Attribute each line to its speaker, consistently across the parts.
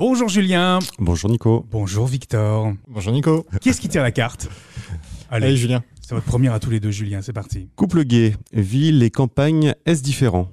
Speaker 1: Bonjour Julien.
Speaker 2: Bonjour Nico.
Speaker 1: Bonjour Victor.
Speaker 3: Bonjour Nico.
Speaker 1: Qui est-ce qui tire la carte
Speaker 3: Allez,
Speaker 1: Allez,
Speaker 3: Julien.
Speaker 1: c'est votre première à tous les deux, Julien. C'est parti.
Speaker 2: Couple gay, ville et campagne, est-ce différent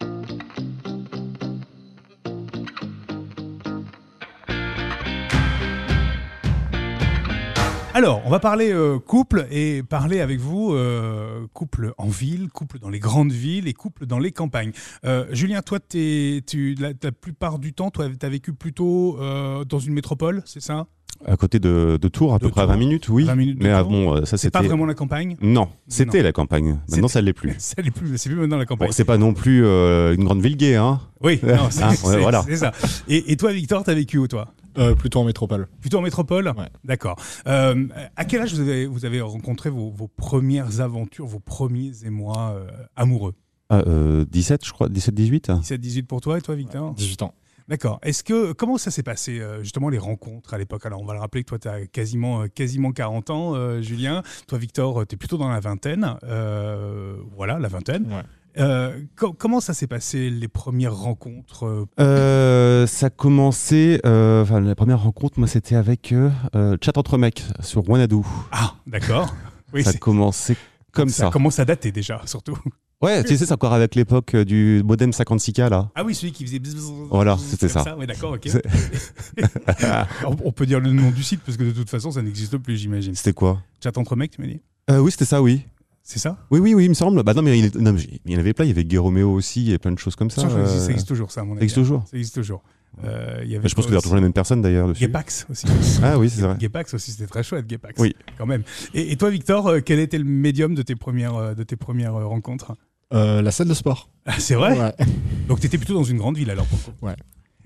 Speaker 1: Alors, on va parler euh, couple et parler avec vous euh, couple en ville, couple dans les grandes villes et couple dans les campagnes. Euh, Julien, toi, t'es- tu, la, la plupart du temps, tu as vécu plutôt euh, dans une métropole, c'est ça
Speaker 2: À côté de, de Tours, à
Speaker 1: De
Speaker 2: peu près à 20
Speaker 1: Tours.
Speaker 2: minutes, oui.
Speaker 1: 20 minutes de
Speaker 2: Mais ah,
Speaker 1: Tours.
Speaker 2: bon, euh, ça
Speaker 1: C'est pas
Speaker 2: c'était.
Speaker 1: vraiment la campagne
Speaker 2: Non, c'était la campagne.
Speaker 1: C'était-
Speaker 2: Maintenant, ça ne l'est plus.
Speaker 1: Ça n'est plus, c'est plus maintenant la campagne.
Speaker 2: Bon, c'est pas non plus euh, une grande ville gay, hein
Speaker 1: oui, non, c'est
Speaker 2: Ah,
Speaker 1: c'est-
Speaker 2: voilà.
Speaker 1: c'est ça. Et, et toi, Victor, tu as vécu où, toi
Speaker 3: Euh, plutôt en métropole.
Speaker 1: Plutôt en métropole
Speaker 3: Ouais.
Speaker 1: D'accord. Euh, à quel âge vous avez, vous avez rencontré vos, vos premières aventures, vos premiers émois euh, amoureux
Speaker 2: Ah, euh, 17, je crois, 17-18
Speaker 1: 17-18 pour toi et toi, Victor
Speaker 3: 18 ans.
Speaker 1: D'accord. Est-ce que comment ça s'est passé euh, justement les rencontres à l'époque Alors on va le rappeler que toi tu as quasiment euh, quasiment 40 ans euh, Julien, toi Victor tu es plutôt dans la vingtaine. Euh, voilà, la vingtaine.
Speaker 3: Ouais.
Speaker 1: Euh, co- comment ça s'est passé les premières rencontres euh,
Speaker 2: Euh, ça commençait, euh, enfin la première rencontre, moi c'était avec euh, euh, Chat entre mecs sur Wanadu.
Speaker 1: Ah, d'accord. Oui,
Speaker 2: ça
Speaker 1: c'est-
Speaker 2: commençait comme ça.
Speaker 1: commence à dater déjà surtout.
Speaker 2: Ouais, tu sais, c'est encore avec l'époque euh, du modem 56K là.
Speaker 1: Ah oui, celui qui faisait bzzz,
Speaker 2: Voilà,
Speaker 1: bzzz,
Speaker 2: c'était
Speaker 1: comme
Speaker 2: ça.
Speaker 1: Oui, d'accord, OK.
Speaker 2: C'est-
Speaker 1: on on peut dire le nom du site parce que de toute façon ça n'existe plus, j'imagine.
Speaker 2: C'était quoi
Speaker 1: Chat entre mecs, tu m'as dit
Speaker 2: Euh, Oui, c'était ça, oui.
Speaker 1: C'est ça
Speaker 2: Oui, oui, oui, il me semble. Bah non, mais il, non, mais il y en avait plein. Il y avait Guéromeo aussi et plein de choses comme ça.
Speaker 1: Ça, je-
Speaker 2: euh,
Speaker 1: ça existe toujours ça à mon
Speaker 2: ça
Speaker 1: avis.
Speaker 2: existe toujours.
Speaker 1: Ça existe toujours. Euh, il y avait
Speaker 2: Mais je pense que
Speaker 1: quoi
Speaker 2: c'est toujours les mêmes personnes d'ailleurs dessus.
Speaker 1: Gepax aussi.
Speaker 2: Ah oui, c'est vrai.
Speaker 1: Gepax aussi, c'était très chouette, Gepax.
Speaker 2: Oui.
Speaker 1: Quand même. Et, et toi, Victor, euh, quel était le médium de tes premières, euh, de tes premières euh, rencontres
Speaker 3: Euh, la salle de sport.
Speaker 1: Ah, C'est vrai
Speaker 3: Ouais.
Speaker 1: Donc, tu étais plutôt dans une grande ville alors, pour le coup.
Speaker 3: Ouais.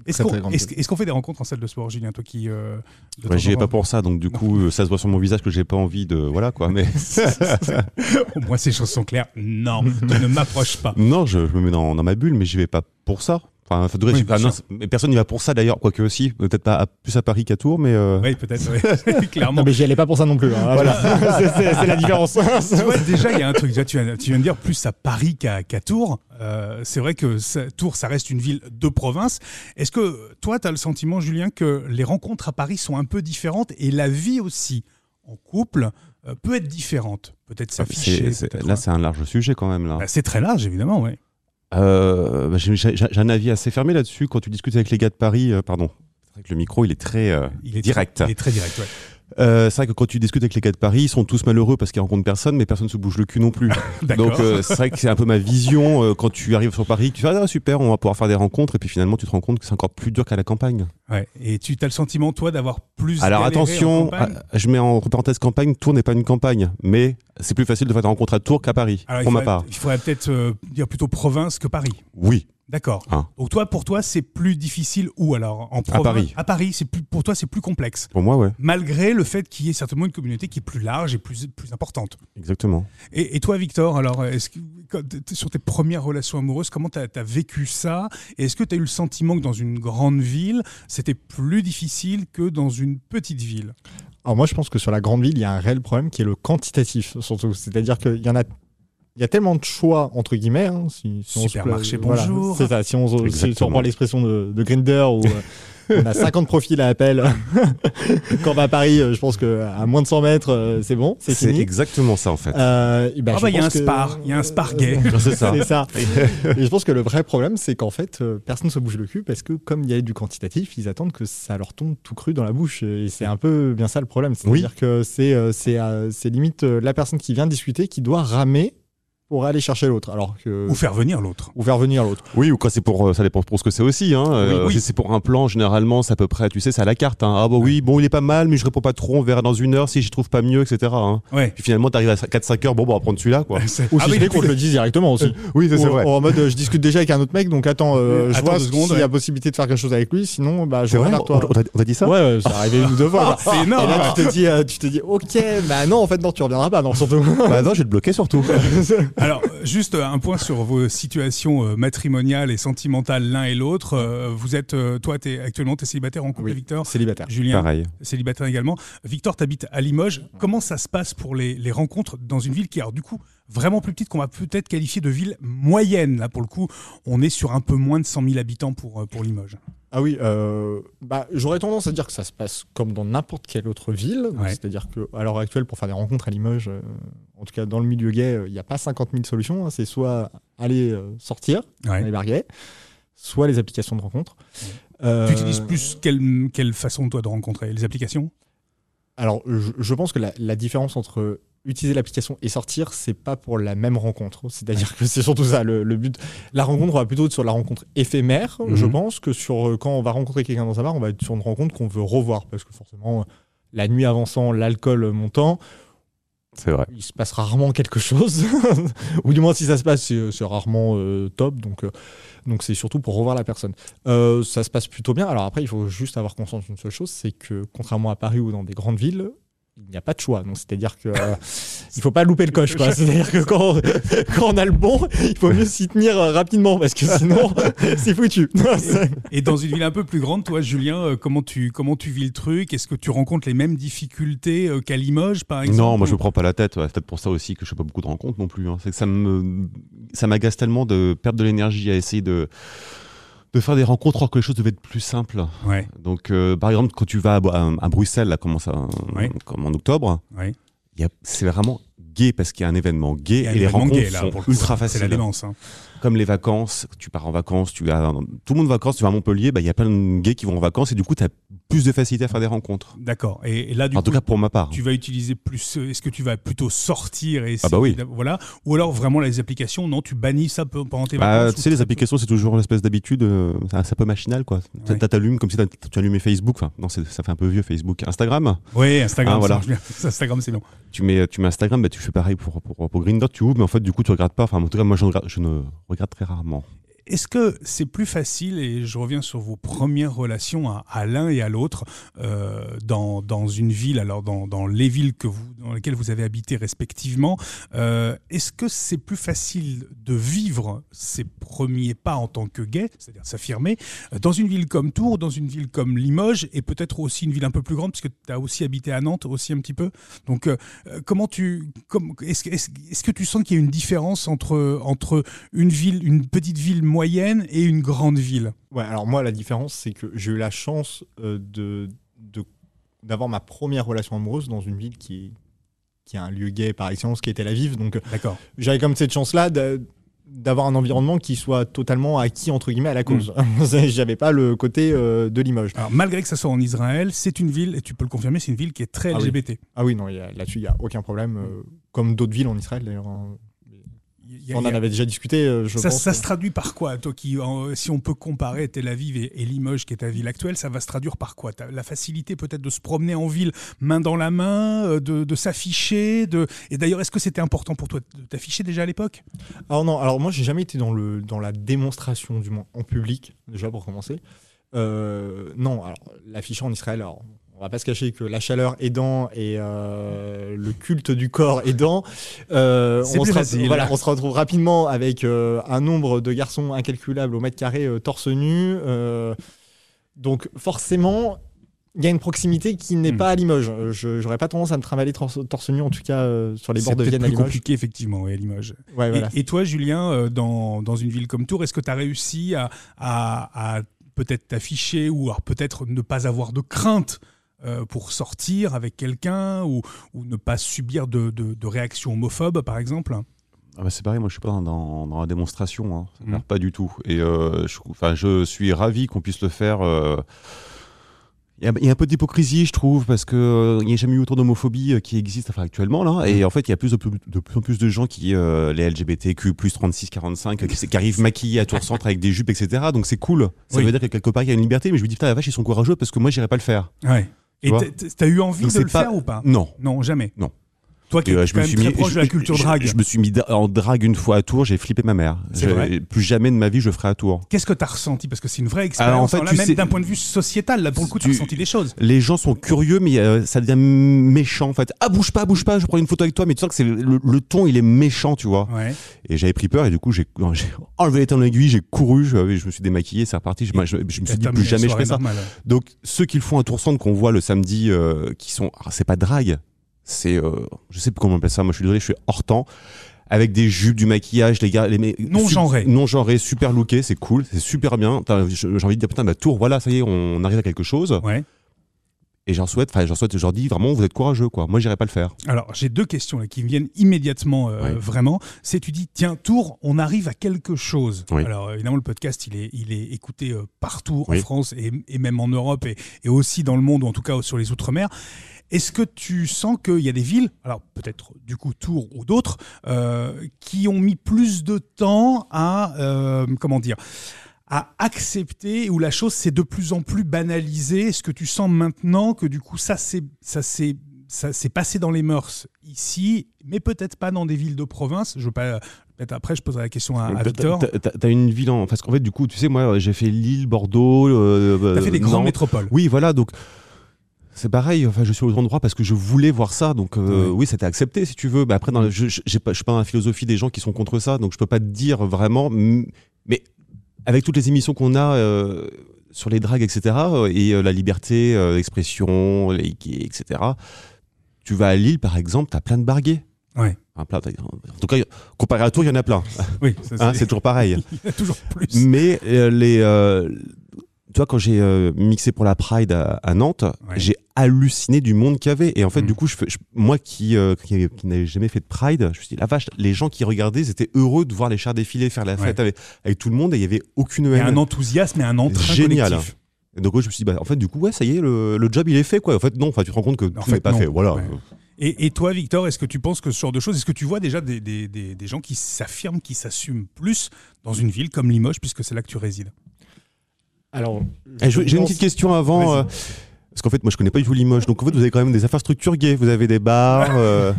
Speaker 1: Est-ce
Speaker 3: Très,
Speaker 1: qu'on
Speaker 3: très grande
Speaker 1: est-ce-
Speaker 3: ville.
Speaker 1: est-ce qu'on fait des rencontres en salle de sport, Julien, toi qui. euh, de temps
Speaker 2: Ouais, j'y
Speaker 1: en
Speaker 2: ai pas
Speaker 1: temps-
Speaker 2: pour ça, donc du coup, euh, ça se voit sur mon visage que j'ai pas envie de. Voilà quoi. Mais
Speaker 1: Au moins, ces choses sont claires. Non, tu ne m'approches pas.
Speaker 2: non, je, je me mets dans, dans ma bulle, mais j'y vais pas pour ça. Enfin, ça devrait-
Speaker 1: Oui, bien
Speaker 2: ah, non,
Speaker 1: sûr.
Speaker 2: c'est- mais personne n'y va pour ça d'ailleurs, quoique aussi. Peut-être pas à- plus à Paris qu'à Tours, mais. euh,
Speaker 1: Oui, peut-être, ouais. clairement.
Speaker 3: Non, mais j'y allais pas pour ça non plus. hein. Voilà. C'est- c'est c'est la différence.
Speaker 1: Tu vois, déjà, il y a un truc. Déjà, tu, viens, tu viens de dire plus à Paris qu'à qu'à Tours. Euh, c'est vrai que ça- Tours, ça reste une ville de province. Est-ce que toi, tu as le sentiment, Julien, que les rencontres à Paris sont un peu différentes et la vie aussi en couple euh, peut être différente Peut-être s'afficher.
Speaker 2: Ah, c'est- c'est-
Speaker 1: peut-être, hein.
Speaker 2: là,
Speaker 1: ouais.
Speaker 2: c'est un large sujet quand même. Là.
Speaker 1: Bah, c'est très large, évidemment, oui.
Speaker 2: Euh, bah, j'ai, j'ai- j'ai un avis assez fermé là-dessus. Quand tu discutes avec les gars de Paris, euh, pardon, c'est vrai que le micro, il est très euh,
Speaker 1: Il est
Speaker 2: direct.
Speaker 1: Il est très direct, ouais.
Speaker 2: Euh, c'est vrai que quand tu discutes avec les gars de Paris, ils sont tous malheureux parce qu'ils rencontrent personne, mais personne se bouge le cul non plus.
Speaker 1: Ah, D'accord.
Speaker 2: Donc euh, c'est vrai que c'est un peu ma vision euh, quand tu arrives sur Paris, tu fais ah super, on va pouvoir faire des rencontres, et puis finalement tu te rends compte que c'est encore plus dur qu'à la campagne.
Speaker 1: Ouais. Et tu as le sentiment, toi, d'avoir plus.
Speaker 2: Alors
Speaker 1: galéré en
Speaker 2: attention,
Speaker 1: campagne
Speaker 2: ah, je mets entre parenthèses campagne, Tours n'est pas une campagne, mais c'est plus facile de faire des rencontres à Tours qu'à Paris,
Speaker 1: Alors, il
Speaker 2: pour ma
Speaker 1: faudrait-
Speaker 2: part.
Speaker 1: Il faudrait peut-être euh, dire plutôt province que Paris.
Speaker 2: Oui,
Speaker 1: D'accord.
Speaker 2: Hein.
Speaker 1: Donc toi, pour toi, c'est plus difficile où alors en province-
Speaker 2: Paris.
Speaker 1: À Paris, c'est plus pour toi, c'est plus complexe.
Speaker 2: pour moi ouais,
Speaker 1: Malgré le fait qu'il y ait certainement une communauté qui est plus large et plus, plus importante.
Speaker 2: exactement.
Speaker 1: Et, et toi, Victor, alors, est-ce que, quand t'es- sur tes premières relations amoureuses, comment tu as, vécu ça Et est-ce que tu as eu le sentiment que dans une grande ville, c'était plus difficile que dans une petite ville
Speaker 3: Alors moi, je pense que sur la grande ville, il y a un réel problème qui est le quantitatif, surtout. C'est-à-dire qu'il y en a. Il y a tellement de choix, entre guillemets. hein, si, si on se pla-
Speaker 1: Supermarché,
Speaker 3: voilà,
Speaker 1: bonjour.
Speaker 3: c'est ça. Si on, si on
Speaker 2: Exactement.
Speaker 3: reprend l'expression de, de Grinder, où euh, on a 50 profils à appel, quand on va à Paris, euh, je pense qu'à moins de 100 mètres, euh, c'est bon, c'est
Speaker 2: C'est
Speaker 3: fini.
Speaker 2: exactement ça en fait.
Speaker 3: Euh, et ben,
Speaker 1: Ah
Speaker 3: je
Speaker 1: bah, il y a un
Speaker 3: pense que-
Speaker 1: spar, il y a un spar gay.
Speaker 2: c'est ça.
Speaker 3: C'est ça. Et je pense que le vrai problème, c'est qu'en fait, euh, personne se bouge le cul parce que comme il y a du quantitatif, ils attendent que ça leur tombe tout cru dans la bouche. Et c'est un peu bien ça le problème. C'est-à-dire que c'est euh, c'est euh, c'est limite euh, la personne qui vient discuter qui doit ramer pour aller chercher l'autre, alors que
Speaker 1: Ou faire venir l'autre.
Speaker 3: ou faire venir l'autre.
Speaker 2: Oui, ou quand c'est pour, euh, ça dépend pour ce que c'est aussi. Hein. Euh,
Speaker 1: oui.
Speaker 2: Si c'est pour un plan, généralement, c'est à peu près, tu sais, c'est à la carte. hein. Ah bah oui, bon, il est pas mal, mais je réponds pas trop, on verra dans une heure si j'y trouve pas mieux, etc. hein.
Speaker 1: Ouais.
Speaker 2: Puis finalement, t'arrives à 4-5 heures, bon, bah, on va prendre celui-là, quoi.
Speaker 1: C'est-
Speaker 3: Ou
Speaker 1: Ah
Speaker 3: si
Speaker 1: oui,
Speaker 3: je qu'on te le dise directement aussi.
Speaker 2: oui,
Speaker 3: Ou- ou en mode, euh, je discute déjà avec un autre mec, donc attends, euh, je
Speaker 1: Attends
Speaker 3: vois
Speaker 1: deux secondes,
Speaker 3: s'il y a
Speaker 1: ouais.
Speaker 3: possibilité de faire quelque chose avec lui, sinon bah, je
Speaker 2: C'est vrai,
Speaker 3: reviens vers
Speaker 2: on
Speaker 3: toi.
Speaker 2: on t'a- on t'a dit ça
Speaker 3: Ouais, ouais, c'est arrivé une ou deux fois.
Speaker 1: Hein c'est énorme.
Speaker 3: Et là, tu te dis, euh, tu te dis, ok, bah non, en fait, non, tu reviendras pas, non, surtout.
Speaker 2: Bah non, je vais te bloquer surtout.
Speaker 1: Alors, euh, juste euh, un point sur vos situations euh, matrimoniales et sentimentales l'un et l'autre. Euh, Vous êtes, euh, toi, t'es, actuellement, tu es célibataire en couple,
Speaker 3: Oui.
Speaker 1: Victor
Speaker 3: Célibataire.
Speaker 1: Julien,
Speaker 2: Pareil.
Speaker 1: célibataire également. Victor, tu habites à Limoges. Comment ça se passe pour les, les rencontres dans une ville qui est, alors, du coup, vraiment plus petite, qu'on va peut-être qualifier de ville moyenne Là, pour le coup, on est sur un peu moins de 100 000 habitants pour, euh, pour Limoges.
Speaker 3: Ah oui, euh, bah, j'aurais tendance à dire que ça se passe comme dans n'importe quelle autre ville. Donc,
Speaker 1: Ouais.
Speaker 3: C'est-à-dire qu'à l'heure actuelle, pour faire des rencontres à Limoges, euh, en tout cas dans le milieu gay, euh, il n'y a pas 50 000 solutions. hein. C'est soit aller euh, sortir dans les
Speaker 1: Ouais.
Speaker 3: bars gays, soit les applications de rencontres. Euh,
Speaker 1: Tu utilises plus quelle, quelle façon, toi, de rencontrer Les applications
Speaker 3: Alors, je, je pense que la, la différence entre utiliser l'application et sortir, c'est pas pour la même rencontre. C'est-à-dire que c'est surtout ça le, le but. La rencontre, on va plutôt être sur la rencontre éphémère,
Speaker 1: Mhm.
Speaker 3: je pense, que sur euh, quand on va rencontrer quelqu'un dans un bar, on va être sur une rencontre qu'on veut revoir. Parce que forcément, euh, la nuit avançant, l'alcool montant,
Speaker 2: C'est vrai.
Speaker 3: il se passe rarement quelque chose. Ou du moins, si ça se passe, c'est c'est rarement euh, top. Donc, euh, donc c'est surtout pour revoir la personne. Euh, ça se passe plutôt bien. Alors après, il faut juste avoir conscience d'une seule chose, c'est que contrairement à Paris ou dans des grandes villes, il n'y a pas de choix. Donc c'est-à-dire que euh, il faut pas louper le coche. quoi. C'est-à-dire que quand, quand on a le bon, il faut mieux s'y tenir euh, rapidement parce que sinon, c'est foutu.
Speaker 1: Et dans une ville un peu plus grande, toi, Julien, euh, comment tu, comment tu vis le truc Est-ce que tu rencontres les mêmes difficultés euh, qu'à Limoges, par exemple
Speaker 2: Non, moi je me prends pas la tête. ouais. C'est peut-être pour ça aussi que je fais pas beaucoup de rencontres non plus. hein. C'est que ça me, ça m'agace tellement de perdre de l'énergie à essayer de de faire des rencontres alors que les choses devaient être plus simples.
Speaker 1: Ouais,
Speaker 2: Donc, euh, par exemple, quand tu vas à, Bo- à- à Bruxelles, là, comme, ça,
Speaker 1: Oui.
Speaker 2: comme en octobre,
Speaker 1: ouais.
Speaker 2: il y a- c'est vraiment gay parce qu'il y a un événement gay
Speaker 1: Il y a
Speaker 2: et les
Speaker 1: évidemment
Speaker 2: rencontres
Speaker 1: gay, là,
Speaker 2: sont
Speaker 1: pour le coup.
Speaker 2: ultra
Speaker 1: C'est la
Speaker 2: faciles.
Speaker 1: démence. hein.
Speaker 2: Comme les vacances, tu pars en vacances, tu as tout le monde en vacances, tu vas à Montpellier, bah, il y a plein de gays qui vont en vacances et du coup, tu as plus de facilité à faire des rencontres.
Speaker 1: D'accord. Et, et là, du
Speaker 2: en
Speaker 1: coup,
Speaker 2: tout cas, pour ma part.
Speaker 1: tu vas utiliser plus. euh, Est-ce que tu vas plutôt sortir et
Speaker 2: Ah bah oui.
Speaker 1: essayer d'a- Voilà. Ou alors vraiment les applications, non, tu bannis ça pe- pendant tes
Speaker 2: Bah,
Speaker 1: vacances
Speaker 2: tu
Speaker 1: ou
Speaker 2: sais, les
Speaker 1: très peu.
Speaker 2: applications, c'est toujours l'espèce d'habitude, euh, c'est un c'est un peu machinal, quoi. Tu
Speaker 1: Ouais.
Speaker 2: T'allumes comme si t'as- tu allumais Facebook. Enfin, non, c'est- ça fait un peu vieux Facebook. Instagram,
Speaker 1: Oui, Instagram,
Speaker 2: Ah, voilà.
Speaker 1: ça marche bien. Instagram, c'est bien.
Speaker 2: tu mets, tu mets Instagram, bah, tu fais pareil pour, pour, pour Green Dot, tu ouvres, mais en fait, du coup, tu regardes pas. Enfin, en tout cas, moi, je ne regarde, je ne regarde très rarement.
Speaker 1: Est-ce que c'est plus facile, et je reviens sur vos premières relations à, à l'un et à l'autre, euh, dans, dans une ville, alors dans, dans les villes que vous, dans lesquelles vous avez habité respectivement, euh, est-ce que c'est plus facile de vivre ses premiers pas en tant que gay, c'est-à-dire s'affirmer, euh, dans une ville comme Tours, dans une ville comme Limoges, et peut-être aussi une ville un peu plus grande, puisque tu as aussi habité à Nantes aussi un petit peu Donc, euh, euh, comment tu, comme, est-ce, que- est-ce- est-ce que tu sens qu'il y a une différence entre, entre une ville, une petite ville moyenne et une grande ville.
Speaker 3: Ouais, alors moi, la différence, c'est que j'ai eu la chance euh, de de- d'avoir ma première relation amoureuse dans une ville qui est, qui a un lieu gay par excellence, qui était la Aviv. Donc, euh,
Speaker 1: D'accord.
Speaker 3: j'avais comme cette chance-là d'a- d'avoir un environnement qui soit totalement acquis, entre guillemets, à la cause.
Speaker 1: Mm.
Speaker 3: j'avais pas le côté euh, de Limoges.
Speaker 1: Alors malgré que ça soit en Israël, c'est une ville, et tu peux le confirmer, c'est une ville qui est très
Speaker 3: Ah oui.
Speaker 1: LGBT.
Speaker 3: Ah oui, non, il y a- là-dessus, il n'y a aucun problème. euh, comme d'autres villes en Israël, d'ailleurs. hein.
Speaker 1: Il y a-
Speaker 3: On en
Speaker 1: il y a-
Speaker 3: avait déjà discuté, euh, je
Speaker 1: ça,
Speaker 3: pense.
Speaker 1: ça se traduit par quoi, toi qui, en- si on peut comparer Tel Aviv et, et Limoges, qui est ta ville actuelle, ça va se traduire par quoi T'as La facilité peut-être de se promener en ville main dans la main, euh, de, de s'afficher, de... et d'ailleurs, est-ce que c'était important pour toi de t'afficher déjà à l'époque
Speaker 3: Alors non, alors moi j'ai jamais été dans le dans la démonstration du moins en public déjà pour commencer. Euh, non, alors l'affichage en Israël, alors, on va pas se cacher que la chaleur aidant et euh, le culte du corps aidant, euh,
Speaker 1: C'est
Speaker 3: on,
Speaker 1: plus
Speaker 3: se ra-
Speaker 1: facile.
Speaker 3: voilà, on se retrouve rapidement avec euh, un nombre de garçons incalculable au mètre carré, euh, torse nu. euh, donc forcément, il y a une proximité qui n'est
Speaker 1: Hmm.
Speaker 3: pas à Limoges. Euh, Je j'aurais pas tendance à me travailler torse, torse nu en tout cas euh, sur les
Speaker 1: C'est
Speaker 3: bords de
Speaker 1: peut-être
Speaker 3: Vienne à
Speaker 1: plus
Speaker 3: Limoges.
Speaker 1: compliqué, effectivement, oui, à Limoges.
Speaker 3: Ouais,
Speaker 1: Et-
Speaker 3: voilà.
Speaker 1: Et, toi, Julien, euh, dans, dans une ville comme Tours, est-ce que tu as réussi à, à- à peut-être t'afficher ou alors peut-être ne pas avoir de crainte euh, pour sortir avec quelqu'un ou, ou ne pas subir de, de, de réactions homophobes, par exemple
Speaker 2: Ah bah, c'est pareil, moi, je suis pas dans, dans- dans la démonstration. Hein. Ça
Speaker 1: Mm.
Speaker 2: m'énerve pas du tout. Et euh, je, enfin, je suis ravi qu'on puisse le faire. euh, Il y, a- il y a un peu d'hypocrisie, je trouve, parce que euh, il n'y a jamais eu autant d'homophobie euh, qui existe enfin, actuellement. Là. Et en fait, il y a plus de, plus- de plus en plus de gens qui, euh, les LGBTQ, plus 36, 45, euh, qui, qui arrivent maquillés à tour centre avec des jupes, etc. Donc c'est cool. Ça
Speaker 1: Oui.
Speaker 2: veut dire que quelque part, il y a une liberté. Mais je me dis, putain, la vache, ils sont courageux parce que moi, j'irai pas le faire.
Speaker 1: Ouais. Et
Speaker 2: Tu vois
Speaker 1: t'as- t'as eu envie
Speaker 2: Donc
Speaker 1: de
Speaker 2: c'est
Speaker 1: le
Speaker 2: pas-
Speaker 1: faire ou pas
Speaker 2: Non.
Speaker 1: Non, jamais.
Speaker 2: Non.
Speaker 1: Toi qui
Speaker 2: Et,
Speaker 1: es
Speaker 2: euh,
Speaker 1: quand même très proche
Speaker 2: je-
Speaker 1: de la
Speaker 2: je-
Speaker 1: culture
Speaker 2: je-
Speaker 1: drague,
Speaker 2: Je, me suis mis da- en drague une fois à Tours, j'ai flippé ma mère.
Speaker 1: C'est
Speaker 2: Je-
Speaker 1: vrai
Speaker 2: plus jamais de ma vie je le ferai à Tours.
Speaker 1: qu'est-ce que tu as ressenti Parce que c'est une vraie expérience,
Speaker 2: Alors, en fait,
Speaker 1: là,
Speaker 2: tu
Speaker 1: même
Speaker 2: sais-
Speaker 1: d'un point de vue sociétal, là, pour le coup, tu as
Speaker 2: Tu-
Speaker 1: ressenti des choses.
Speaker 2: Les gens sont curieux, mais euh, ça devient méchant en fait. Ah bouge pas, bouge pas, je prends une photo avec toi, mais tu sens que c'est le, le ton il est méchant, tu vois.
Speaker 1: Ouais.
Speaker 2: Et j'avais pris peur et du coup j'ai j'ai enlevé les temps de l'aiguille, j'ai couru, je, je me suis démaquillé, c'est reparti. Je, moi, je- je me suis dit plus jamais je fais ça. Donc ceux qui le font à Tour Centre qu'on voit le samedi, euh, qui sont, ah, c'est pas drague, c'est, euh, je sais plus comment on appelle ça. Moi je suis désolé, je suis hors temps. avec des jupes, du maquillage, les gars, les mecs-
Speaker 1: Non
Speaker 2: su-
Speaker 1: genrés.
Speaker 2: non genrés, super lookés, c'est cool, c'est super bien. T'as- J'ai j'ai envie de dire putain, bah Tours, voilà, ça y est, on arrive à quelque chose.
Speaker 1: Ouais.
Speaker 2: Et j'en souhaite, enfin, j'en souhaite, je leur dis vraiment, vous êtes courageux, quoi. Moi, j'irai pas le faire.
Speaker 1: Alors, j'ai deux questions là, qui me viennent immédiatement, euh,
Speaker 2: Oui.
Speaker 1: vraiment. C'est tu dis, tiens, Tours, on arrive à quelque chose.
Speaker 2: Oui.
Speaker 1: Alors, euh, évidemment, le podcast, il est, il est écouté euh, partout en
Speaker 2: Oui.
Speaker 1: France et, et même en Europe et, et aussi dans le monde, ou en tout cas sur les Outre-mer. Est-ce que tu sens qu'il y a des villes, alors peut-être du coup Tours ou d'autres, euh, qui ont mis plus de temps à, euh, comment dire, à accepter où la chose s'est de plus en plus banalisée Est-ce que tu sens maintenant que du coup ça s'est ça s'est ça s'est passé dans les mœurs ici, mais peut-être pas dans des villes de province. Je veux pas. Peut-être après je poserai la question Ah, à, à
Speaker 2: T'as-
Speaker 1: Victor.
Speaker 2: t'as- T'as t'as une ville en. Parce qu'en fait, du coup, tu sais, moi, j'ai fait Lille, Bordeaux. Euh,
Speaker 1: T'as fait des grandes
Speaker 2: Nantes.
Speaker 1: métropoles.
Speaker 2: Oui, voilà, donc c'est pareil. Enfin, je suis aux endroits parce que je voulais voir ça, donc euh,
Speaker 1: Ouais. Mm.
Speaker 2: oui, c'était accepté si tu veux. Mais après, dans le- je je- j'ai pas- je suis pas dans la philosophie des gens qui sont contre ça, donc je peux pas te dire vraiment. m- Mais avec toutes les émissions qu'on a. euh, sur les dragues, etc., euh, et euh, la liberté euh, d'expression, les gays, etc. Tu vas à Lille, par exemple, t'as plein de barguets.
Speaker 1: Ouais.
Speaker 2: Enfin, plein, t'as- en tout cas, comparé à Tours, il y en a plein.
Speaker 1: Oui, ça,
Speaker 2: Hein,
Speaker 1: c'est
Speaker 2: c'est toujours pareil.
Speaker 1: il y en a toujours plus.
Speaker 2: Mais euh, les, euh, tu vois, quand j'ai euh, mixé pour la Pride à, à Nantes, j'ai halluciné du monde qu'il y avait. Et en fait,
Speaker 1: Mm.
Speaker 2: du coup, je, fais- je- moi qui, euh, qui, qui n'avais jamais fait de Pride, je me suis dit, la vache, les gens qui regardaient, c'était heureux de voir les chars défiler, faire la fête avec, avec tout le monde, et il y avait aucune
Speaker 1: Il y
Speaker 2: haine.
Speaker 1: a un enthousiasme et un entrain
Speaker 2: Génial.
Speaker 1: collectif.
Speaker 2: Et donc, ouais, je me suis dit, bah, en fait, du coup, ouais, ça y est, le, le job, il est fait, quoi. En fait, non, enfin, tu te rends compte que tout
Speaker 1: fait,
Speaker 2: n'est pas
Speaker 1: non.
Speaker 2: fait. Voilà.
Speaker 1: Ouais. Et, et toi, Victor, est-ce que tu penses que ce genre de choses, est-ce que tu vois déjà des, des- des- des gens qui s'affirment, qui s'assument plus dans une ville comme Limoges, puisque c'est là que tu résides
Speaker 3: Alors,
Speaker 2: Eh, je- J'ai une petite question avant. euh, parce qu'en fait, moi, je connais pas du tout Limoges. Donc, en fait, vous avez quand même des infrastructures gays. Vous avez des bars. euh,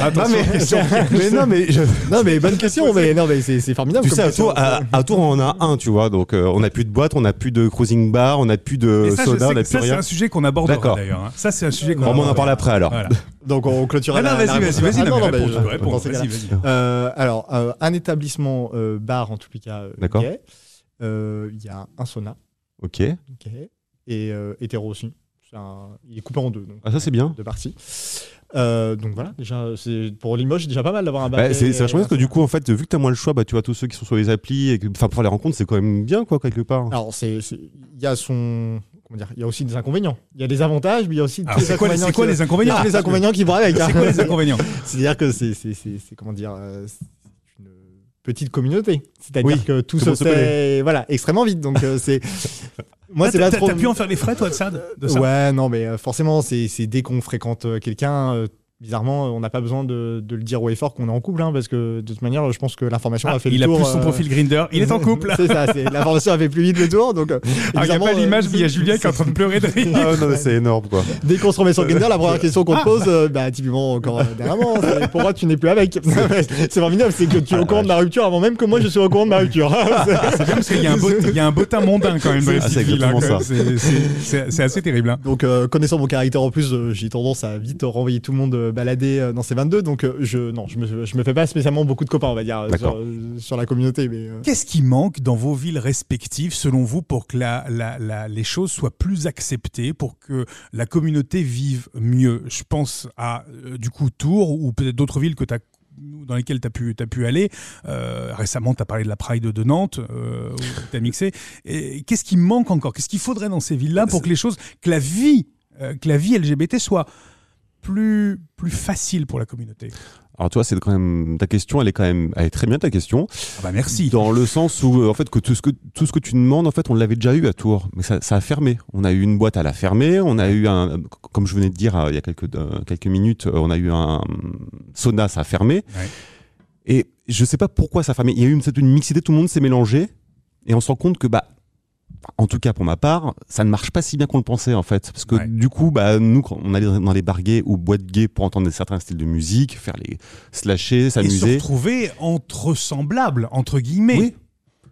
Speaker 1: Attention,
Speaker 2: mais-
Speaker 1: question.
Speaker 2: mais non, mais je-
Speaker 3: Non, mais bonne question, mais non, mais c'est c'est formidable.
Speaker 2: Tu
Speaker 3: comme
Speaker 2: sais, à
Speaker 3: question.
Speaker 2: Tours, à, à Tours, on en a un, tu vois. Donc, euh, on n'a plus de boîte, on n'a plus de cruising bar, on n'a plus de
Speaker 3: Euh,
Speaker 1: Et ça, je
Speaker 2: soda,
Speaker 1: sais
Speaker 2: on n'a
Speaker 1: que
Speaker 2: plus
Speaker 1: ça, c'est
Speaker 2: rien.
Speaker 1: un sujet qu'on abordera
Speaker 2: D'accord.
Speaker 1: d'ailleurs. hein. Ça, c'est un sujet qu'on
Speaker 2: Bon, on en
Speaker 1: abordera.
Speaker 2: parle après, alors.
Speaker 1: Voilà.
Speaker 3: Donc on clôturera
Speaker 1: Ah non,
Speaker 3: la-
Speaker 1: vas-y,
Speaker 3: la réponse.
Speaker 1: vas-y, vas-y,
Speaker 3: Ah
Speaker 1: non,
Speaker 3: non,
Speaker 1: mais
Speaker 3: bah,
Speaker 1: réponds,
Speaker 3: je-
Speaker 1: tu peux répondre,
Speaker 3: dans ces
Speaker 1: vas-y,
Speaker 3: cas-là.
Speaker 1: vas-y.
Speaker 3: Euh, alors, euh, un établissement euh, bar, en tout cas, euh,
Speaker 2: D'accord.
Speaker 3: gay. Euh, Il y a un sauna,
Speaker 2: Ok.
Speaker 3: gay, et euh, hétéro aussi. C'est un- Il est coupé en deux, donc
Speaker 2: Ah, ça, c'est bien.
Speaker 3: deux parties. Euh, donc voilà, déjà, c'est- pour Limoges, c'est déjà pas mal d'avoir un bar.
Speaker 2: Bah,
Speaker 3: gay euh,
Speaker 2: c'est
Speaker 3: et
Speaker 2: c'est vachement bien
Speaker 3: un
Speaker 2: parce que du
Speaker 3: sauna.
Speaker 2: coup, en fait, vu que t'as moins le choix, bah, tu vois tous ceux qui sont sur les applis. et que- Enfin, pour les rencontres, c'est quand même bien, quoi, quelque part.
Speaker 3: Alors, c'est- c'est- il y a son. Comment dire Il y a aussi des inconvénients. Il y a des avantages, mais il y a aussi
Speaker 1: Alors,
Speaker 3: tous les
Speaker 1: c'est quoi,
Speaker 3: inconvénients.
Speaker 1: c'est quoi
Speaker 3: qui-
Speaker 1: les
Speaker 3: il y
Speaker 1: inconvénients
Speaker 3: a tous les inconvénients qui vont avec.
Speaker 1: C'est quoi les
Speaker 3: hein.
Speaker 1: inconvénients
Speaker 3: C'est-à-dire que c'est, c'est, c'est, c'est- comment dire, euh, c'est une petite communauté. C'est-à-dire
Speaker 2: Oui,
Speaker 3: que
Speaker 2: tout
Speaker 3: tout
Speaker 2: le
Speaker 3: se
Speaker 2: monde se
Speaker 3: fait, voilà, extrêmement vite. Donc euh, c'est, moi
Speaker 1: Ah,
Speaker 3: c'est
Speaker 1: t'as-
Speaker 3: la
Speaker 1: T'as
Speaker 3: trop-
Speaker 1: t'as pu en faire les frais, toi, de ça, de- de ça
Speaker 3: Ouais, non, mais euh, forcément, c'est, c'est dès qu'on fréquente euh, quelqu'un. euh, Bizarrement, euh, on n'a pas besoin de, de le dire haut et fort qu'on est en couple, hein, parce que de toute manière, je pense que l'information
Speaker 1: Ah,
Speaker 3: a fait
Speaker 1: il
Speaker 3: le
Speaker 1: a
Speaker 3: tour.
Speaker 1: plus son
Speaker 3: euh,
Speaker 1: profil Grinder, il est en couple.
Speaker 3: c'est ça, c'est, l'information a fait plus vite le tour. Donc, euh,
Speaker 1: Ah, il n'y a
Speaker 3: bizarrement,
Speaker 1: pas
Speaker 3: euh,
Speaker 1: l'image, mais il y a Julien qui est en train de pleurer de rire.
Speaker 2: Ah, non, mais c'est énorme, quoi.
Speaker 3: Dès qu'on se remet sur Grindr, la première question qu'on te pose, euh, bah, typiquement encore euh, dernièrement, c'est pourquoi tu n'es plus avec C'est formidable, c'est que tu es au courant de ma rupture avant même que moi je sois au courant de ma rupture.
Speaker 1: C'est bien parce qu'il y a un beau- il y a un beau teint mondain quand même dans les
Speaker 2: Ah, c'est
Speaker 1: petites villes, hein,
Speaker 2: exactement
Speaker 1: quand même. C'est- c'est- C'est c'est assez terrible. hein.
Speaker 3: donc, euh, connaissant mon caractère en plus, euh, j'ai tendance à vite renvoyer tout le monde euh, balader euh, dans ces 22. Donc, euh, je, non, je me, je me fais pas spécialement beaucoup de copains, on va dire, euh, sur,
Speaker 2: D'accord.
Speaker 3: euh, sur la communauté. Mais, euh,
Speaker 1: Qu'est-ce qui manque dans vos villes respectives, selon vous, pour que la- la- la- les choses soient plus acceptées, pour que la communauté vive mieux Je pense à, euh, du coup, Tours ou peut-être d'autres villes que t'as- dans lesquelles tu as, pu t'as pu aller. Euh, récemment, tu as parlé de la Pride de Nantes, euh, où tu as mixé. Et Qu'est-ce qui manque encore Qu'est-ce qu'il faudrait dans ces villes-là pour que les choses, que la vie, euh, que la vie LGBT soit plus, plus facile pour la communauté
Speaker 2: Alors, tu vois, c'est quand même. Ta question, elle est quand même. Elle est très bien, ta question.
Speaker 1: Ah bah merci.
Speaker 2: Dans le sens où, euh, en fait, que tout ce que, tout ce que tu demandes, en fait, on l'avait déjà eu à Tours, mais ça, ça a fermé. On a eu une boîte à la fermer, on a eu un, comme je venais de dire euh, il y a quelques, euh, quelques minutes, euh, on a eu un sauna, ça a fermé.
Speaker 1: Ouais.
Speaker 2: Et je sais pas pourquoi ça a fermé. Il y a eu une, cette- une mixité, tout le monde s'est mélangé, et on se rend compte que, bah, en tout cas pour ma part, ça ne marche pas si bien qu'on le pensait en fait. Parce que
Speaker 1: Ouais.
Speaker 2: du coup, bah, nous, quand on allait dans les bars gays ou boîtes gays pour entendre certains styles de musique, faire les slasher,
Speaker 1: et se
Speaker 2: s'amuser.
Speaker 1: retrouver entre semblables, entre guillemets.
Speaker 2: Oui.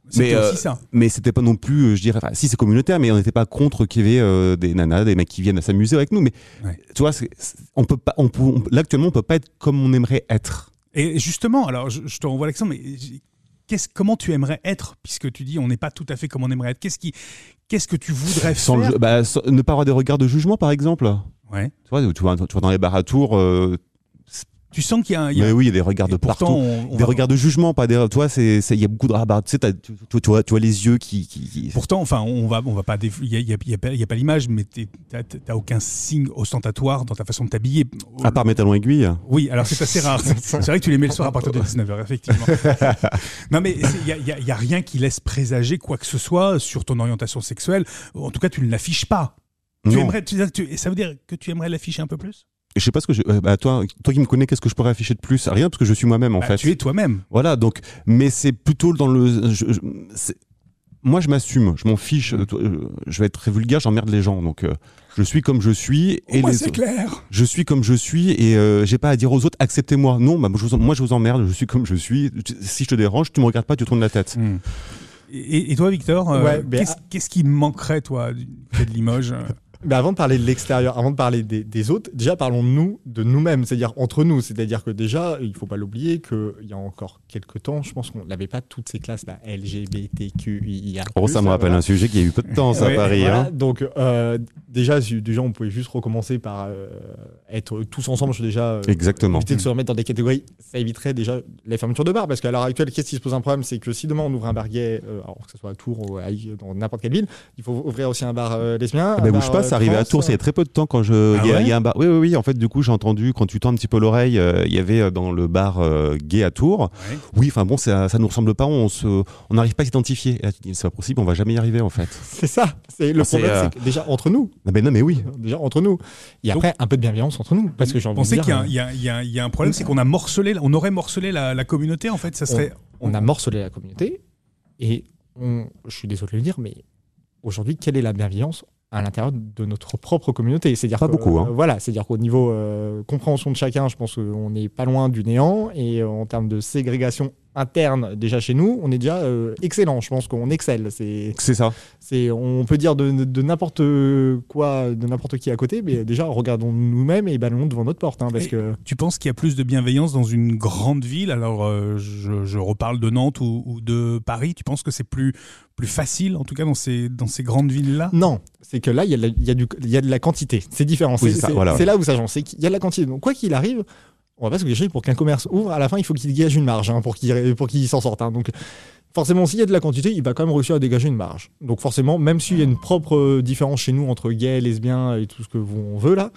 Speaker 1: C'était
Speaker 2: Mais,
Speaker 1: aussi
Speaker 2: euh,
Speaker 1: ça.
Speaker 2: mais c'était pas non plus, euh, je dirais, enfin, si c'est communautaire, mais on n'était pas contre qu'il y ait euh, des nanas, des mecs qui viennent à s'amuser avec nous. Mais
Speaker 1: Ouais.
Speaker 2: tu vois, c'est- c'est- on peut pas, on peut- on- là actuellement, on peut pas être comme on aimerait être.
Speaker 1: Et justement, alors je, je te renvoie l'accent, mais j- qu'est-ce, comment tu aimerais être Puisque tu dis on n'est pas tout à fait comme on aimerait être. Qu'est-ce, qui, qu'est-ce que tu voudrais
Speaker 2: Sans, le
Speaker 1: faire
Speaker 2: ju- bah, sans- ne pas avoir des regards de jugement, par exemple.
Speaker 1: Ouais.
Speaker 2: Tu vois, tu vois, tu vois dans les bars à tours, euh, c'est-
Speaker 1: Tu sens qu'il y a, un- il y a-
Speaker 2: Mais oui, il y a des regards de
Speaker 1: et pourtant,
Speaker 2: partout.
Speaker 1: on- on
Speaker 2: des
Speaker 1: va-
Speaker 2: regards de jugement, pas des. Toi, c'est, c'est- il y a beaucoup de. Ah bah, tu sais, t'as- tu, tu- tu vois, tu vois les yeux qui. qui, qui-
Speaker 1: Pourtant, enfin, on va, on va pas. déf- Il y a, il y a- il y a pas, il y a pas l'image, mais t'es- t'as t'as aucun signe ostentatoire dans ta façon de t'habiller.
Speaker 2: À part métal en aiguille.
Speaker 1: Oui, alors c'est assez rare. C'est vrai que tu les mets le soir à partir de 19h, effectivement. non, mais il n'y a, y a rien qui laisse présager quoi que ce soit sur ton orientation sexuelle. En tout cas, tu ne l'affiches pas. Tu
Speaker 2: Non.
Speaker 1: aimerais, tu- tu- et ça veut dire que tu aimerais l'afficher un peu plus
Speaker 2: Je sais pas ce que je. euh, bah, toi, toi qui me connais, qu'est-ce que je pourrais afficher de plus Rien, parce que je suis moi-même en
Speaker 1: Bah,
Speaker 2: fait.
Speaker 1: Tu es toi-même.
Speaker 2: Voilà. Donc, mais c'est plutôt dans le. je- je- c'est- moi, je m'assume. Je m'en fiche.
Speaker 1: Mm.
Speaker 2: euh, toi, euh, Je vais être très vulgaire. J'emmerde les gens. Donc, euh, je suis comme je suis. Et
Speaker 1: Moi,
Speaker 2: les
Speaker 1: c'est
Speaker 2: autres-
Speaker 1: clair.
Speaker 2: je suis comme je suis et euh, j'ai pas à dire aux autres acceptez-moi. Non, bah, moi, je vous, en- moi je vous emmerde, je suis comme je suis. Tu- Si je te dérange, tu me regardes pas, tu tournes la tête.
Speaker 1: Et, et toi, Victor, euh,
Speaker 3: Ouais,
Speaker 2: ben,
Speaker 3: mais
Speaker 1: qu'est-ce
Speaker 2: ah.
Speaker 3: à-
Speaker 1: qu'est-ce qui manquerait, toi, du- de Limoges euh
Speaker 3: Mais avant de parler de l'extérieur, avant de parler des, des autres, déjà parlons de nous, de nous-mêmes, c'est-à-dire entre nous. C'est-à-dire que déjà, il faut pas l'oublier qu'il y a encore quelques temps, je pense qu'on n'avait pas toutes ces classes là, LGBTQIA.
Speaker 2: Oh, ça me rappelle un sujet qui a eu peu de temps, ça, à
Speaker 1: Ouais,
Speaker 2: Paris.
Speaker 3: Voilà,
Speaker 2: hein.
Speaker 3: donc euh, déjà, si- déjà, on pouvait juste recommencer par euh, être tous ensemble. Je déjà euh,
Speaker 2: Exactement.
Speaker 3: éviter de se remettre dans des catégories. Ça éviterait déjà les fermetures de bars parce qu'à l'heure actuelle, qu'est-ce qui se pose un problème, c'est que si demain on ouvre un bar gay, euh, alors que ce soit à Tours ou à- dans n'importe quelle ville, il faut ouvrir aussi un bar euh, lesbien.
Speaker 2: Ah
Speaker 3: un
Speaker 2: Ben,
Speaker 3: bar,
Speaker 2: bouge pas,
Speaker 3: euh,
Speaker 2: c'est arrivé à
Speaker 3: trans,
Speaker 2: Tours, c'est il y a très peu de temps quand je.
Speaker 1: Ah
Speaker 2: il y a-
Speaker 1: ouais
Speaker 2: il y a un bar. Oui, oui, oui. En fait, du coup, j'ai entendu, quand tu tends un petit peu l'oreille, euh, il y avait euh, dans le bar euh, gay à Tours.
Speaker 1: Ouais.
Speaker 2: Oui, enfin bon, ça, ça nous ressemble pas, on se, on n'arrive pas à s'identifier. Et là, tu te dis, c'est pas possible, on va jamais y arriver, en fait.
Speaker 3: C'est ça. C'est le
Speaker 2: C'est,
Speaker 3: problème,
Speaker 2: euh,
Speaker 3: c'est que déjà entre nous,
Speaker 2: Ah ben non, mais oui.
Speaker 3: déjà entre nous. Et
Speaker 1: Donc-
Speaker 3: après un peu de bienveillance entre nous, parce que j'ai envie
Speaker 1: On
Speaker 3: de
Speaker 1: sait
Speaker 3: dire,
Speaker 1: qu'il y a
Speaker 3: euh,
Speaker 1: un- il y, a- il y a- il y a un problème, c'est qu'on a morcelé, on aurait morcelé la, la communauté, en fait. Ça serait.
Speaker 3: on a morcelé la communauté et on, je suis désolé de le dire, mais aujourd'hui, quelle est la bienveillance à l'intérieur de notre propre communauté C'est-à-dire
Speaker 2: Pas
Speaker 3: que,
Speaker 2: beaucoup, hein.
Speaker 3: euh, Voilà, c'est-à-dire qu'au niveau euh, compréhension de chacun, je pense qu'on n'est pas loin du néant et euh, en termes de ségrégation interne déjà chez nous, on est déjà euh, excellent. Je pense qu'on excelle. C'est
Speaker 2: C'est ça.
Speaker 3: c'est, on peut dire de, de n'importe quoi, de n'importe qui à côté, mais déjà regardons nous-mêmes et ballons devant notre porte, hein, parce
Speaker 1: Et-
Speaker 3: que
Speaker 1: Tu penses qu'il y a plus de bienveillance dans une grande ville Alors, euh, je, je reparle de Nantes ou, ou de Paris. Tu penses que c'est plus, plus facile, en tout cas, dans ces, dans ces grandes villes-là
Speaker 3: non, c'est que là il y, a de la- il y a du- il y a de la quantité, c'est différent.
Speaker 2: Oui, c'est
Speaker 3: c'est
Speaker 2: ça,
Speaker 3: c'est-
Speaker 2: voilà,
Speaker 3: c'est
Speaker 2: ouais.
Speaker 3: là où ça change, c'est qu'il y a de la quantité. Donc quoi qu'il arrive, on va pas se cacher pour qu'un commerce ouvre. À la fin, il faut qu'il dégage une marge hein, pour qu'il pour qu'il s'en sorte. hein. Donc forcément, s'il y a de la quantité, il va quand même réussir à dégager une marge. Donc forcément, même s'il y a une propre euh, différence chez nous entre gays, lesbiens et tout ce que vous- on veut là,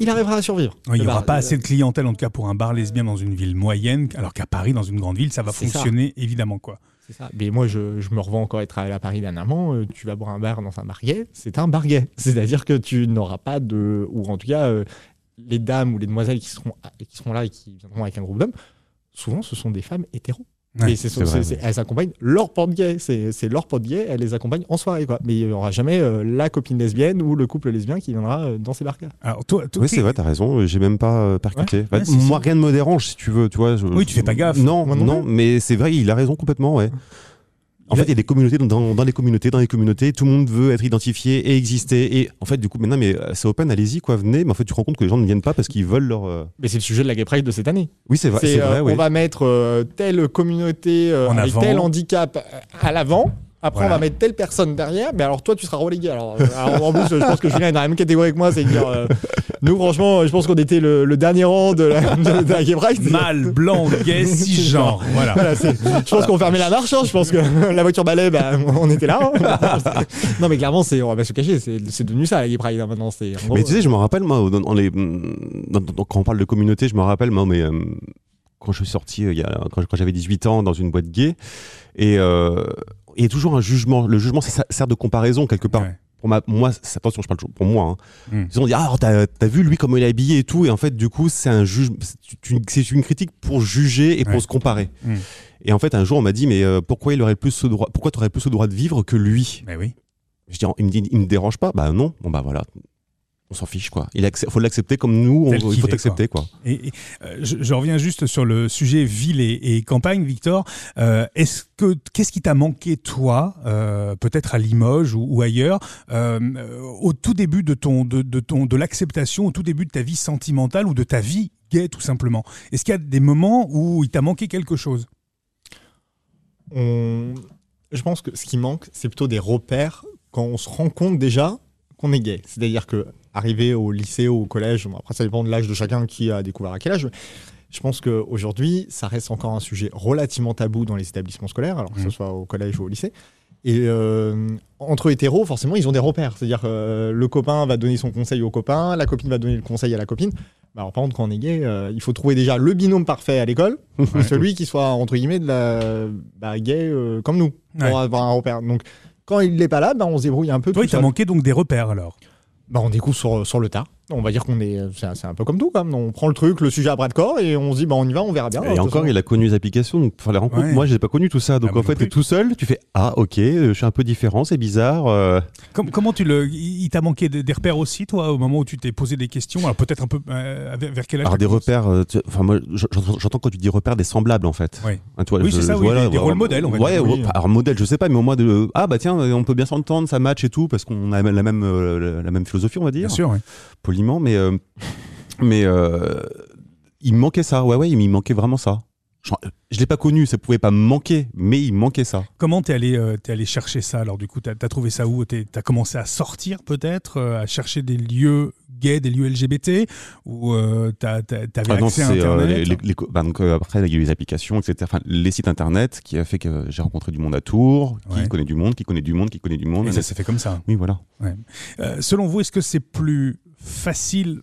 Speaker 3: il arrivera à survivre.
Speaker 1: Il n'y
Speaker 3: Le
Speaker 1: aura
Speaker 3: bar-
Speaker 1: pas assez de clientèle, en tout cas, pour un bar lesbien dans une ville moyenne, alors qu'à Paris, dans une grande ville, ça va
Speaker 3: C'est ça.
Speaker 1: fonctionner, évidemment. quoi.
Speaker 3: C'est ça. Mais moi, je, je me revends encore être allé à Paris dernièrement. euh, tu vas boire un bar dans un bar gay, c'est un bar gay. C'est-à-dire que tu n'auras pas de. Ou en tout cas, euh, les dames ou les demoiselles qui seront, à- qui seront là et qui viendront avec un groupe d'hommes, souvent, ce sont des femmes hétéros.
Speaker 1: Ouais,
Speaker 3: et c'est,
Speaker 2: c'est vrai,
Speaker 3: c'est- c'est- elles accompagnent leur porte gay. C'est, c'est leur porte gay, elles les accompagnent en soirée. Quoi. Mais il n'y aura jamais euh, la copine lesbienne ou le couple lesbien qui viendra euh, dans ces bars gars.
Speaker 1: Alors, toi, toi,
Speaker 2: Oui,
Speaker 1: t'es-
Speaker 2: c'est vrai, t'as raison, euh, j'ai même pas euh, percuté. Bah,
Speaker 1: ouais, c'est
Speaker 2: moi, rien ne me dérange, si tu veux, tu vois. je-
Speaker 1: Oui, tu fais pas gaffe.
Speaker 2: Non,
Speaker 3: Moi
Speaker 2: non,
Speaker 3: non
Speaker 2: mais c'est vrai, il a raison complètement, ouais. En fait, il y a des communautés dans- dans, dans les communautés, dans les communautés, tout le monde veut être identifié et exister. Et en fait, du coup, maintenant, mais euh, c'est open, allez-y, quoi, venez. Mais en fait, tu te rends compte que les gens ne viennent pas parce qu'ils veulent leur. euh,
Speaker 3: Mais c'est le sujet de la gay pride de cette année.
Speaker 2: Oui, c'est vrai,
Speaker 3: C'est,
Speaker 2: c'est
Speaker 3: euh,
Speaker 2: vrai, oui.
Speaker 3: On va mettre euh, telle communauté euh,
Speaker 1: En
Speaker 3: avec
Speaker 1: avant.
Speaker 3: tel handicap euh, à l'avant. Après,
Speaker 1: Voilà.
Speaker 3: on va mettre telle personne derrière, mais alors toi, tu seras relégué. Alors, euh, alors, en plus, je pense que Julien est dans la même catégorie que moi, c'est dire, euh, nous, franchement, euh, je pense qu'on était le, le dernier rang de la, de, de la Gay Pride.
Speaker 1: Mâle, blanc, gay, cisgenre. voilà.
Speaker 3: Voilà, c'est- je pense qu'on fermait la marche, hein, je pense que la voiture balai, bah, on était là. hein. non, mais clairement, c'est, on va pas se cacher, c'est, c'est devenu ça, la Gay Pride, hein, maintenant. C'est, en gros,
Speaker 2: Mais tu sais, je me rappelle, moi, dans- dans les- dans- dans- quand on parle de communauté, je me rappelle, moi, mais, euh, quand je suis sorti, euh, il y a, quand, je- quand j'avais 18 ans, dans une boîte gay, et euh, il y a toujours un jugement. Le jugement, ça sert- sert de comparaison quelque part.
Speaker 1: Ouais.
Speaker 2: Pour ma- moi, c'est- attention, je parle toujours pour moi. Hein.
Speaker 1: Mm.
Speaker 2: Ils ont dit, ah, alors, t'as t'as vu lui comment il est habillé et tout, et en fait, du coup, c'est un juge, c'est une- c'est une critique pour juger et pour
Speaker 1: Ouais.
Speaker 2: se comparer.
Speaker 1: Mm.
Speaker 2: Et en fait, un jour, on m'a dit, mais euh, pourquoi il aurait plus ce droit, pourquoi t'aurais plus le droit de vivre que lui
Speaker 1: Mais oui.
Speaker 2: je dis, il me dit, il me dérange pas. Bah non. Bon bah voilà. On s'en fiche quoi. Il accep- faut l'accepter comme nous. on-
Speaker 1: Tel qu'il
Speaker 2: il faut
Speaker 1: est,
Speaker 2: t'accepter quoi.
Speaker 1: Et, et, euh, je, je reviens juste sur le sujet ville et, et campagne, Victor. Euh, Est-ce que qu'est-ce qui t'a manqué toi, euh, peut-être à Limoges ou, ou ailleurs, euh, euh, au tout début de ton de, de ton de l'acceptation, au tout début de ta vie sentimentale ou de ta vie gay tout simplement Est-ce qu'il y a des moments où il t'a manqué quelque chose
Speaker 3: on- je pense que ce qui manque, c'est plutôt des repères quand on se rend compte déjà qu'on est gay. C'est-à-dire que arrivé au lycée ou au collège, bon, après ça dépend de l'âge de chacun qui a découvert à quel âge. Je pense qu'aujourd'hui, ça reste encore un sujet relativement tabou dans les établissements scolaires, alors que ce
Speaker 1: Mhm.
Speaker 3: soit au collège ou au lycée. Et euh, entre hétéros, forcément, ils ont des repères. C'est-à-dire euh, le copain va donner son conseil au copain, la copine va donner le conseil à la copine. Bah, Alors, par contre, quand on est gay, euh, il faut trouver déjà le binôme parfait à l'école,
Speaker 1: Ouais.
Speaker 3: celui qui soit, entre guillemets, de la, bah, gay euh, comme nous, pour
Speaker 1: Ouais.
Speaker 3: avoir un repère. Donc, quand il n'est pas là, bah, on se débrouille un peu.
Speaker 1: Toi,
Speaker 3: tout
Speaker 1: il t'a
Speaker 3: seul.
Speaker 1: manqué donc des repères alors.
Speaker 3: Bah, on découvre sur, sur le tas. On va dire qu'on est. C'est un- c'est un peu comme tout, quand même. On prend le truc, le sujet à bras de corps, et on se dit, bah, on y va, on verra bien. De
Speaker 2: Et
Speaker 3: toute
Speaker 2: encore,
Speaker 3: façon,
Speaker 2: il a connu les applications, donc pour les rencontres,
Speaker 1: Ouais.
Speaker 2: moi, j'ai pas connu tout ça. Donc
Speaker 1: Ah, moi
Speaker 2: en
Speaker 1: non
Speaker 2: fait, t'es
Speaker 1: plus.
Speaker 2: tout seul, tu fais ah ok, euh, je suis un peu différent, c'est bizarre. euh,
Speaker 1: Com- comment tu le. Il il t'a manqué des des repères aussi, toi, au moment où tu t'es posé des questions Alors peut-être un peu. euh, vers vers quel âge
Speaker 2: Alors des
Speaker 1: t'as commencé
Speaker 2: repères, euh, tu- enfin moi j- j'entends j'entends quand tu dis repères des semblables en fait.
Speaker 1: Oui.
Speaker 2: Hein, tu vois,
Speaker 1: Oui, c'est ça, oui, des- des
Speaker 2: voilà,
Speaker 1: rôles modèles, on va
Speaker 2: ouais,
Speaker 1: dire.
Speaker 2: ouais,
Speaker 3: Oui.
Speaker 2: alors modèle, je sais pas, mais au moins de ah bah tiens, on peut bien s'entendre, ça match et tout parce qu'on a la même euh, la même philosophie, on va dire,
Speaker 1: Bien sûr, ouais.
Speaker 2: poliment, mais euh, mais euh, il me manquait ça, ouais ouais, il me manquait vraiment ça. Je, je l'ai pas connu, ça pouvait pas me manquer, mais il me manquait ça.
Speaker 1: Comment t'es allé, euh, t'es allé chercher ça Alors du coup, t'as as trouvé ça où T'es- T'as commencé à sortir peut-être, euh, à chercher des lieux gays, des lieux LGBT, ou euh, t'as- t'as- t'avais
Speaker 2: Ah non,
Speaker 1: accès à
Speaker 2: c'est, euh,
Speaker 1: Internet
Speaker 2: les- les- les co- bah, donc, euh, après, il y a eu les applications, etc. Enfin, les sites internet qui a fait que euh, j'ai rencontré du monde à Tours, qui
Speaker 1: Ouais.
Speaker 2: connaît du monde, qui connaît du monde, qui connaît du monde.
Speaker 1: Et
Speaker 2: Et
Speaker 1: ça
Speaker 2: c'est-
Speaker 1: s'est fait comme ça.
Speaker 2: Oui, voilà.
Speaker 1: Euh, selon vous, est-ce que c'est plus facile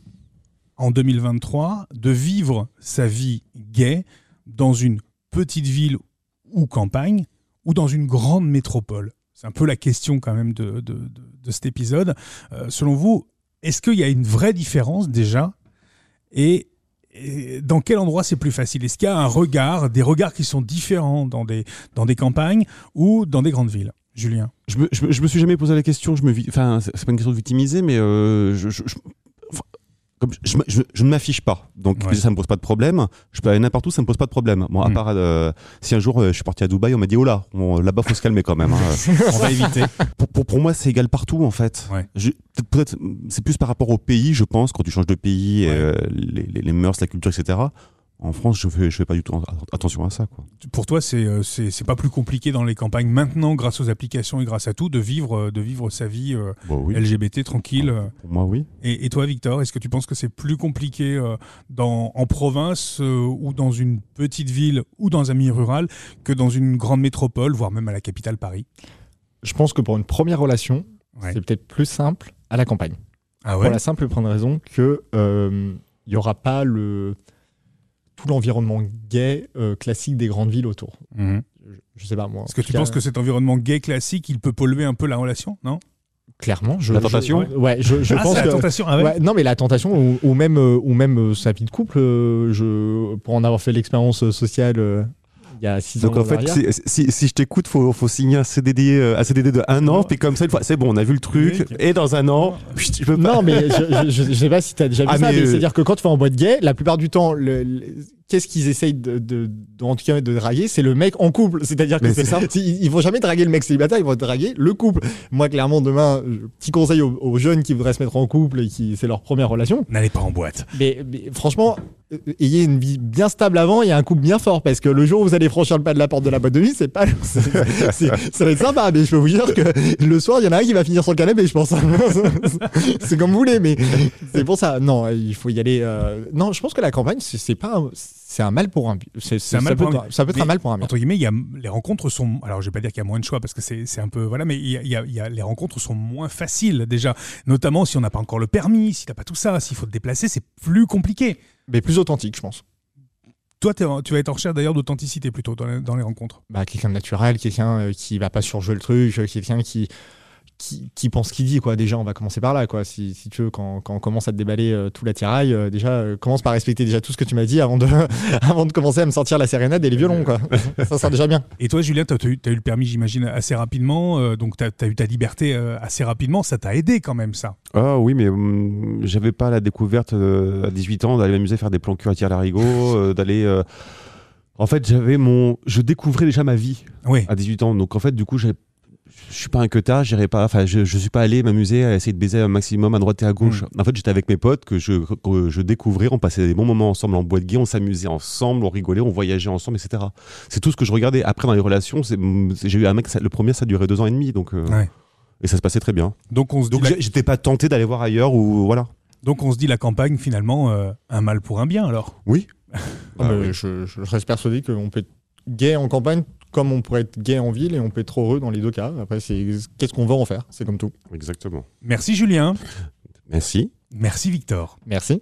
Speaker 1: en 2023 de vivre sa vie gay dans une petite ville ou campagne ou dans une grande métropole C'est un peu la question quand même de, de- de- de cet épisode. Euh, selon vous, est-ce qu'il y a une vraie différence déjà et, et dans quel endroit c'est plus facile Est-ce qu'il y a un regard, des regards qui sont différents dans des, dans des campagnes ou dans des grandes villes Julien
Speaker 2: Je me, je, me- je me suis jamais posé la question, je me vi- enfin, c'est c'est pas une question de victimiser, mais euh, je, je- je- enfin, comme je, je me- je- je ne m'affiche pas. Donc,
Speaker 1: Ouais.
Speaker 2: déjà, ça me pose pas de problème. Je peux aller n'importe où, ça me pose pas de problème. Bon, à
Speaker 1: Hmm.
Speaker 2: part euh, si un jour euh, je suis parti à Dubaï, on m'a dit, oh là, on- là-bas, faut se calmer quand même. hein.
Speaker 1: On va éviter.
Speaker 2: pour, pour, pour moi, c'est égal partout, en fait.
Speaker 1: Ouais.
Speaker 2: Je- peut-être- peut-être, c'est plus par rapport au pays, je pense, quand tu changes de pays,
Speaker 1: Ouais.
Speaker 2: euh, les, les- les mœurs, la culture, etc. En France, je fais, je fais pas du tout en- attention à ça. Quoi.
Speaker 1: pour toi, c'est euh, c'est c'est pas plus compliqué dans les campagnes maintenant, grâce aux applications et grâce à tout, de vivre euh, de vivre sa vie euh, LGBT tranquille. euh.
Speaker 2: Pour moi, oui.
Speaker 1: Et, et toi, Victor, est-ce que tu penses que c'est plus compliqué euh, dans en province euh, ou dans une petite ville ou dans un milieu rural que dans une grande métropole, voire même à la capitale Paris
Speaker 3: Je pense que pour une première relation,
Speaker 1: Ouais.
Speaker 3: c'est peut-être plus simple à la campagne.
Speaker 1: Ah
Speaker 3: Pour la simple et bonne raison que euh, il y n'y aura pas le tout l'environnement gay euh, classique des grandes villes autour.
Speaker 1: Mhm.
Speaker 3: Je, je sais pas moi.
Speaker 1: Est-ce que tu penses que cet environnement gay classique, il peut polluer un peu la relation, non
Speaker 3: clairement je
Speaker 2: La tentation
Speaker 3: je- Ouais, je, je
Speaker 1: Ah,
Speaker 3: pense
Speaker 1: c'est la
Speaker 3: que
Speaker 1: tentation. Ah ouais
Speaker 3: Ouais, non, mais la tentation, ou, ou même, euh, ou même euh, sa vie de couple, euh, je, pour en avoir fait l'expérience euh, sociale euh, il y a six
Speaker 2: Donc
Speaker 3: ans.
Speaker 2: en fait, si,
Speaker 3: arrière.
Speaker 2: si, si je t'écoute, faut, faut signer un CDD, euh, un CDD de un an, puis comme ça, une fois, c'est bon, on a vu le truc,
Speaker 1: Mec.
Speaker 2: et dans un an, chut, je peux pas.
Speaker 3: Non, mais je, je, je sais pas si t'as déjà vu
Speaker 2: Ah,
Speaker 3: ça,
Speaker 2: mais,
Speaker 3: mais
Speaker 2: euh,
Speaker 3: c'est-à-dire que quand tu vas en boîte gay, la plupart du temps, le, le- qu'est-ce qu'ils essayent de, de, de- en tout cas, de draguer C'est le mec en couple. C'est-à-dire que
Speaker 2: Mais c'est
Speaker 3: c'est- c'est- Ils, ils vont jamais draguer le mec célibataire, ils vont draguer le couple. Moi, clairement, demain, euh, petit conseil aux, aux jeunes qui voudraient se mettre en couple et qui c'est leur première relation.
Speaker 1: N'allez pas en boîte.
Speaker 3: Mais, mais franchement, euh, ayez une vie bien stable avant et un couple bien fort parce que le jour où vous allez franchir le pas de la porte de la boîte de nuit, c'est pas. c'est- c'est- ça va être sympa, mais je peux vous dire que le soir, il y en a un qui va finir sur le canapé, je pense. c'est comme vous voulez, mais c'est pour ça. Non, il faut y aller. euh, Non, je pense que la campagne, c'est c'est pas. un- C'est un mal pour un bien. C'est c'est-
Speaker 1: un
Speaker 3: ça
Speaker 1: mal
Speaker 3: peut
Speaker 1: pour un
Speaker 3: être- Ça peut être un
Speaker 1: Mais-
Speaker 3: mal pour un bien.
Speaker 1: Entre guillemets, il y a, les rencontres sont. Alors, je vais pas dire qu'il y a moins de choix parce que c'est c'est un peu. Voilà, mais il y a- il y a- il y a- les rencontres sont moins faciles déjà. Notamment si on n'a pas encore le permis, si t'as pas tout ça, s'il faut te déplacer, c'est plus compliqué.
Speaker 3: Mais plus authentique, je pense.
Speaker 1: Toi, t'es en- tu vas être en recherche d'ailleurs d'authenticité plutôt dans les, dans les rencontres.
Speaker 3: bah, quelqu'un de naturel, quelqu'un euh, qui va pas surjouer le truc, euh, quelqu'un qui, qui, qui pense qu'il dit. Quoi. Déjà, on va commencer par là. Quoi. Si, si tu veux, quand, quand on commence à te déballer euh, tout l'attirail, euh, déjà, euh, commence par respecter déjà tout ce que tu m'as dit avant de, avant de commencer à me sortir la sérénade et les violons. Quoi. ça sert déjà bien.
Speaker 1: Et toi, Julien, tu as, eu t'as eu le permis, j'imagine, assez rapidement. euh, donc, tu as, eu ta liberté euh, assez rapidement. Ça t'a aidé quand même, ça.
Speaker 2: Ah oui, mais hum, j'avais pas la découverte euh, à 18 ans d'aller m'amuser à faire des plans cul à tir larigot, euh, d'aller. euh, En fait, j'avais mon. Je découvrais déjà ma vie
Speaker 1: Oui.
Speaker 2: à 18 ans. Donc en fait, du coup, j'ai- je suis pas un queutard, j'irai pas. Enfin, je, je suis pas allé m'amuser à essayer de baiser un maximum à droite et à gauche.
Speaker 1: Mm.
Speaker 2: En fait, j'étais avec mes potes que je, que je découvrais. On passait des bons moments ensemble en boîte gay, on s'amusait ensemble, on rigolait, on voyageait ensemble, etc. C'est tout ce que je regardais. Après, dans les relations, c'est- j'ai eu un mec, ça- le premier, ça durait deux ans et demi. Donc. euh,
Speaker 1: Ouais.
Speaker 2: Et ça se passait très bien.
Speaker 1: Donc on se dit
Speaker 2: Donc
Speaker 1: la-
Speaker 2: j'ai- j'étais pas tenté d'aller voir ailleurs ou voilà.
Speaker 1: donc on se dit la campagne finalement euh, un mal pour un bien alors.
Speaker 2: Oui.
Speaker 3: Ah,
Speaker 2: Bah oui.
Speaker 3: mais je, je reste persuadé qu'on peut être gay en campagne comme on pourrait être gay en ville et on peut être heureux dans les deux cas. Après, c'est qu'est-ce qu'on va en faire C'est comme tout.
Speaker 2: Exactement.
Speaker 1: Merci Julien.
Speaker 2: Merci.
Speaker 1: Merci Victor.
Speaker 3: Merci.